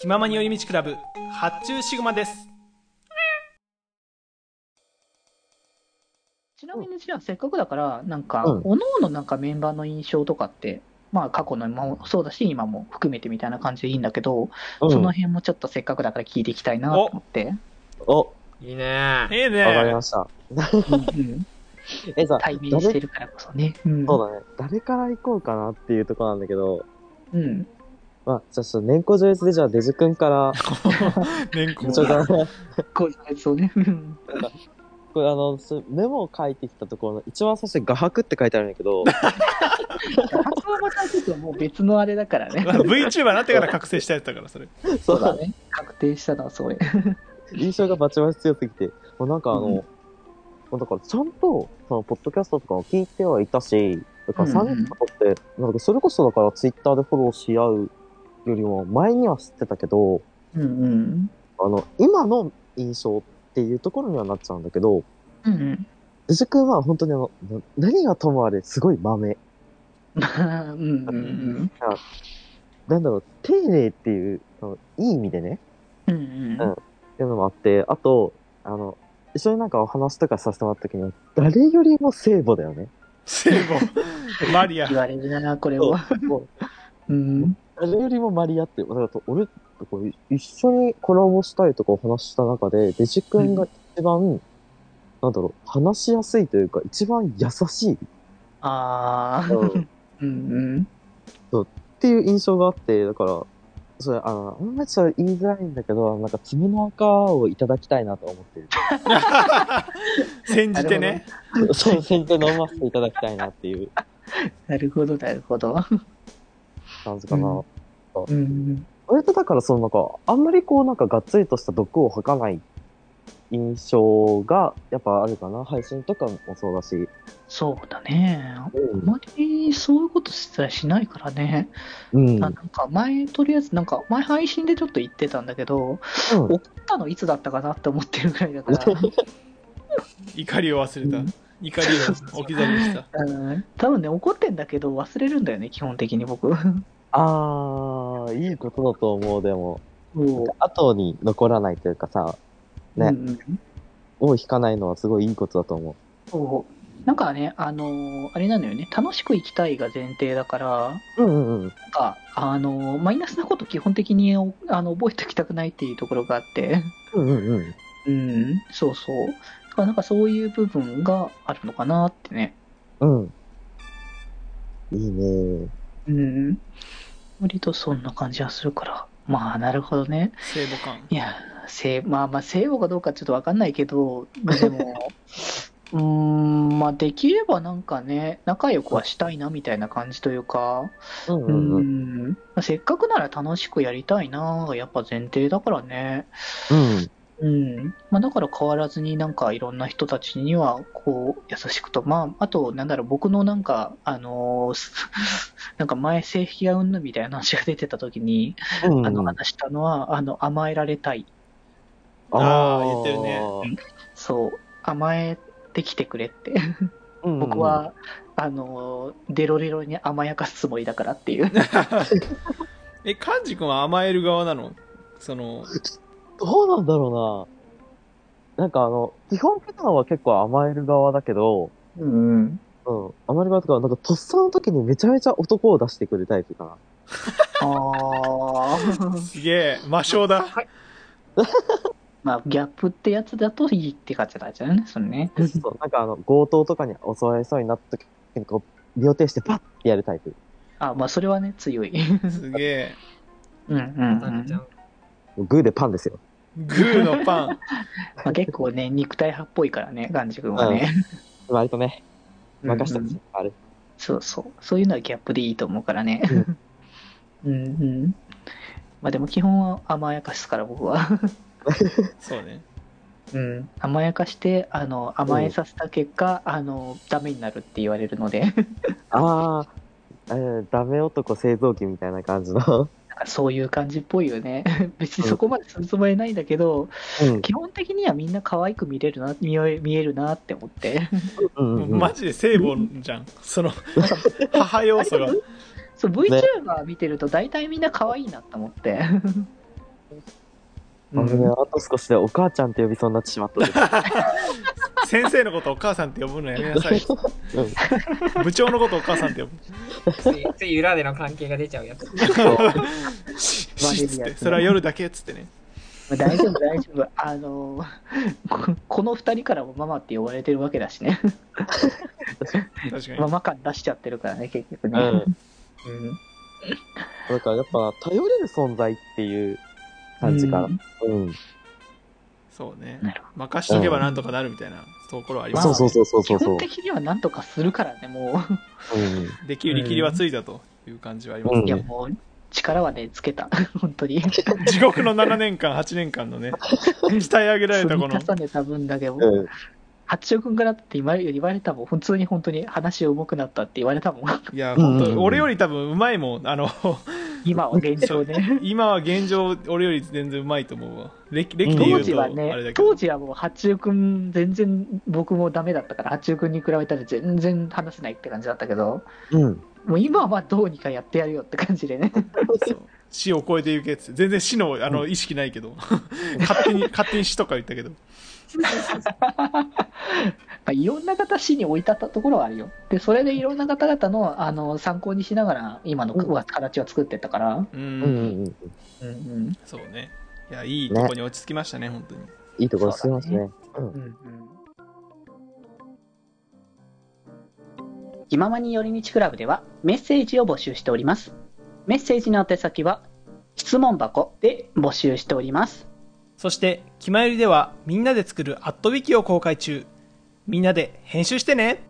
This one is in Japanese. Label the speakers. Speaker 1: 気ままに寄り道クラブ発注シグマです
Speaker 2: ちなみにじゃあせっかくだからなんか、
Speaker 3: うん
Speaker 2: おのおのなんかメンバーの印象とかってまあ過去のもそうだし今も含めてみたいな感じでいいんだけど、
Speaker 3: うん
Speaker 2: その辺もちょっとせっかくだから聞いていきたいなと思って、
Speaker 3: お、わ
Speaker 4: いいね
Speaker 1: ええ
Speaker 3: かり
Speaker 1: ね
Speaker 3: ました。
Speaker 2: うん うん
Speaker 3: え、さ、
Speaker 2: 対面してるからこそね、うん、
Speaker 3: そうだね。誰から行こうかなっていうところなんだけど、
Speaker 2: うん
Speaker 3: まあ、じゃあ、ちょっと年功序列でじゃあ、デジ 君から、
Speaker 1: 年功
Speaker 3: ちょっと あの、
Speaker 2: こういうやつをねうん
Speaker 3: これあの、そうメモを書いてきたところの、一番最初に画伯って書いてあるんだ けど、
Speaker 2: 発音もちゃんとちょっともう別のあれだからね
Speaker 1: VTuber になってから覚醒したやつだからそれ
Speaker 2: そうだね確定したのはそれ
Speaker 3: 印象がバチバチ強すぎて、もうなんかあの、
Speaker 2: うん
Speaker 3: もうだからちゃんと、その、ポッドキャストとかを聞いてはいたし、だから
Speaker 2: うんうん
Speaker 3: 3人とって、なんかそれこそだからツイッターでフォローし合うよりも前には知ってたけど、
Speaker 2: うんうん
Speaker 3: あの、今の印象っていうところにはなっちゃうんだけど、
Speaker 2: うんうん
Speaker 3: デジ君は本当にあの、な何がともあれすごい豆。
Speaker 2: まあ うんうん
Speaker 3: なんだろう、丁寧っていう、あのいい意味でね、
Speaker 2: うんうん
Speaker 3: うんっていうのもあって、あと、あの、一緒になんかお話とかさせてもらった時に、誰よりも聖母だよね。
Speaker 1: 聖母マリア
Speaker 2: 言われるなこれは
Speaker 3: も
Speaker 2: うん
Speaker 3: 誰よりもマリアって、だからと俺とこう一緒にコラボしたりとかお話しした中で、デジ君が一番、なんだろう、話しやすいというか、一番優しい。
Speaker 2: ああうんうん
Speaker 3: っていう印象があって、だから、それ、あの、あんまりそれ言いづらいんだけど、なんか爪の赤をいただきたいなと思ってる。
Speaker 1: 煎じてね
Speaker 3: そう、先手飲ませていただきたいなっていう
Speaker 2: なるほど、なるほど。
Speaker 3: 感じかな。
Speaker 2: うんうん。
Speaker 3: 割とだから、そのなんか、あんまりこうなんかがっつりとした毒を吐かない印象が、やっぱあるかな。配信とかもそうだし。
Speaker 2: そうだね。あ
Speaker 3: うん。
Speaker 2: まりそういうことしたらしないからね。
Speaker 3: うん。
Speaker 2: あなんか前、とりあえず、なんか前配信でちょっと言ってたんだけど、怒ったのいつだったかなって思ってるぐらいだから、
Speaker 1: 怒りを忘れた、
Speaker 2: うん
Speaker 1: 怒りを置き去りにした
Speaker 2: うん、多分ね、怒ってんだけど忘れるんだよね、基本的に僕。
Speaker 3: あー、いいことだと思う、でも。
Speaker 2: そう
Speaker 3: 後に残らないというかさ、ね
Speaker 2: うん
Speaker 3: を引かないのはすごいいいことだと思
Speaker 2: そうなんかね、あのーあれなのよね、楽しく生きたいが前提だから、
Speaker 3: う。うんうんうん。
Speaker 2: なんか、あのーマイナスなこと基本的にあの覚えておきたくないっていうところがあって。
Speaker 3: うんうんうん。
Speaker 2: うん、そうそう。だからなんかそういう部分があるのかなってね。
Speaker 3: うん。いいね。
Speaker 2: うん。割とそんな感じはするから。まあ、なるほどね。
Speaker 1: 聖母感
Speaker 2: いや、聖、まあまあ、聖母かどうかちょっとわかんないけど、で も、うーん、まあ、できればなんかね、仲良くはしたいなみたいな感じというか、
Speaker 3: うん
Speaker 2: う
Speaker 3: うんうん。
Speaker 2: ん、まあせっかくなら楽しくやりたいながやっぱ前提だからね。
Speaker 3: うん。
Speaker 2: うんまあ、だから変わらずになんかいろんな人たちにはこう優しくと、まあ、あとなんだろう僕のなんか、あのー なんか前性癖がうんぬみたいな話が出てた時に、
Speaker 3: うん、
Speaker 2: あの話したのはあの甘えられたい
Speaker 1: あー
Speaker 3: ー
Speaker 1: 言ってるね
Speaker 2: そう甘えてきてくれって
Speaker 3: うんうんうん
Speaker 2: 僕、は、あのーデロデロに甘やかすつもりだからっていう
Speaker 1: えカンジ君は甘える側なのその
Speaker 3: どうなんだろうな。なんかあの、基本普段は結構甘える側だけど、
Speaker 2: うん
Speaker 3: うん、甘える側とか、なんかとっさの時にめちゃめちゃ男を出してくるタイプか
Speaker 2: ああ
Speaker 1: すげえ魔性だ
Speaker 2: まあギャップってやつだといいって感じなんじゃないそれね
Speaker 3: な。そう、なんかあの、強盗とかに襲われそうになった時にこう、両手してパッてやるタイプ。
Speaker 2: あまあそれはね強い
Speaker 1: すげえ
Speaker 2: うんうん、う
Speaker 4: なれ
Speaker 2: ん
Speaker 4: ちゃう
Speaker 3: グーでパンですよ。
Speaker 1: グーのパン
Speaker 2: まあ、結構ね、肉体派っぽいからね、ガンジ君はね。
Speaker 3: 割とね、任せ
Speaker 2: う
Speaker 3: て
Speaker 2: んう
Speaker 3: ほし
Speaker 2: ん
Speaker 3: い。あれ。
Speaker 2: そうそう。そういうのはギャップでいいと思うからね。うんうん。まあでも基本は甘やかすから僕は。
Speaker 1: そうね
Speaker 2: うん。甘やかして、あの、甘えさせた結果、あの、ダメになるって言われる ので、
Speaker 3: あー、えー、ダメ男製造機みたいな感じの。
Speaker 2: なんかそういう感じっぽいよね。別にそこまでするつもりないんだけど、
Speaker 3: うん。
Speaker 2: 基本的にはみんな可愛く見れるな、見え見えるなって思って。
Speaker 3: うんうんうん
Speaker 1: マジで聖母じゃんその母 要素が
Speaker 2: そう、VTuber 見てると大体みんな可愛いなって思って。
Speaker 3: あの
Speaker 1: う
Speaker 3: ね、
Speaker 1: ん
Speaker 3: あと少しでお母ちゃんって呼びそうになってしまったです。
Speaker 1: 先生のことお母さんって呼ぶのやめなさい。
Speaker 3: うん
Speaker 1: 部長のことお母さんって呼ぶ。
Speaker 4: ついつい裏での関係が出ちゃうやつ。
Speaker 1: しっつって。それは夜だけっつってね。
Speaker 2: 大丈夫、大丈夫。あのーこ、この二人からもママって呼ばれてるわけだしね。
Speaker 1: 確かに
Speaker 2: マ。マ感出しちゃってるからね、結局ね。
Speaker 3: うん。
Speaker 2: うん
Speaker 3: だからやっぱ、頼れる存在っていう感じかな。うん。
Speaker 1: そうね
Speaker 2: なるほ。
Speaker 1: 任しとけばなんとかなるみたいなところはあります
Speaker 3: そ
Speaker 1: ね。
Speaker 3: うそうそうそ
Speaker 2: 基
Speaker 3: うそうそう。
Speaker 2: 本的にはなんとかするからね、も
Speaker 3: うん。
Speaker 1: できる力りはついたという感じはあります
Speaker 2: う。
Speaker 3: うん
Speaker 2: いや、もう、力はね、つけた。 本当に。積
Speaker 1: 地獄の7年間、8年間のね、鍛え上げられた
Speaker 2: み
Speaker 1: この、
Speaker 2: 重ねた分だけも。
Speaker 3: うん。
Speaker 2: 八丁君からって言われ言われたもん。普通に本当に話上手くなったって言われたもん。
Speaker 1: いや、本
Speaker 3: うんうんう
Speaker 1: 当、
Speaker 3: ん
Speaker 1: 俺より多分うまいもん、あの、
Speaker 2: 今は現状ね。
Speaker 1: 今は現状、俺より全然うまいと思うわ。歴歴で言
Speaker 2: 当
Speaker 1: う
Speaker 2: 時
Speaker 1: と、あ
Speaker 2: は
Speaker 1: れだ
Speaker 2: ね、
Speaker 1: けど
Speaker 2: 当。時はもう八中君全然僕もダメだったから、八中君に比べたら全然話せないって感じだったけど、
Speaker 3: うん。
Speaker 2: もう今はどうにかやってやるよって感じでね。
Speaker 1: そう死を超えていけっつって、全然死のあの意識ないけ ど、勝手に、勝手に死とか言ったけど、
Speaker 2: まあ、いろんな方死に追い立ったところはあるよ。で、それでいろんな方々のあの参考にしながら、今の
Speaker 3: うん
Speaker 2: わ形を作ってったから、
Speaker 1: う、
Speaker 3: うんんうんうん。
Speaker 2: うんうん
Speaker 1: そうね。いや、いいとこに落ち着きましたね、本当に。
Speaker 3: いいところすいますね。
Speaker 2: うんうん気ままに寄り道クラブではメッセージを募集しております。メッセージの宛先は質問箱で募集しております。
Speaker 5: そして、キマユリではみんなで作るアットウィキを公開中。みんなで編集してね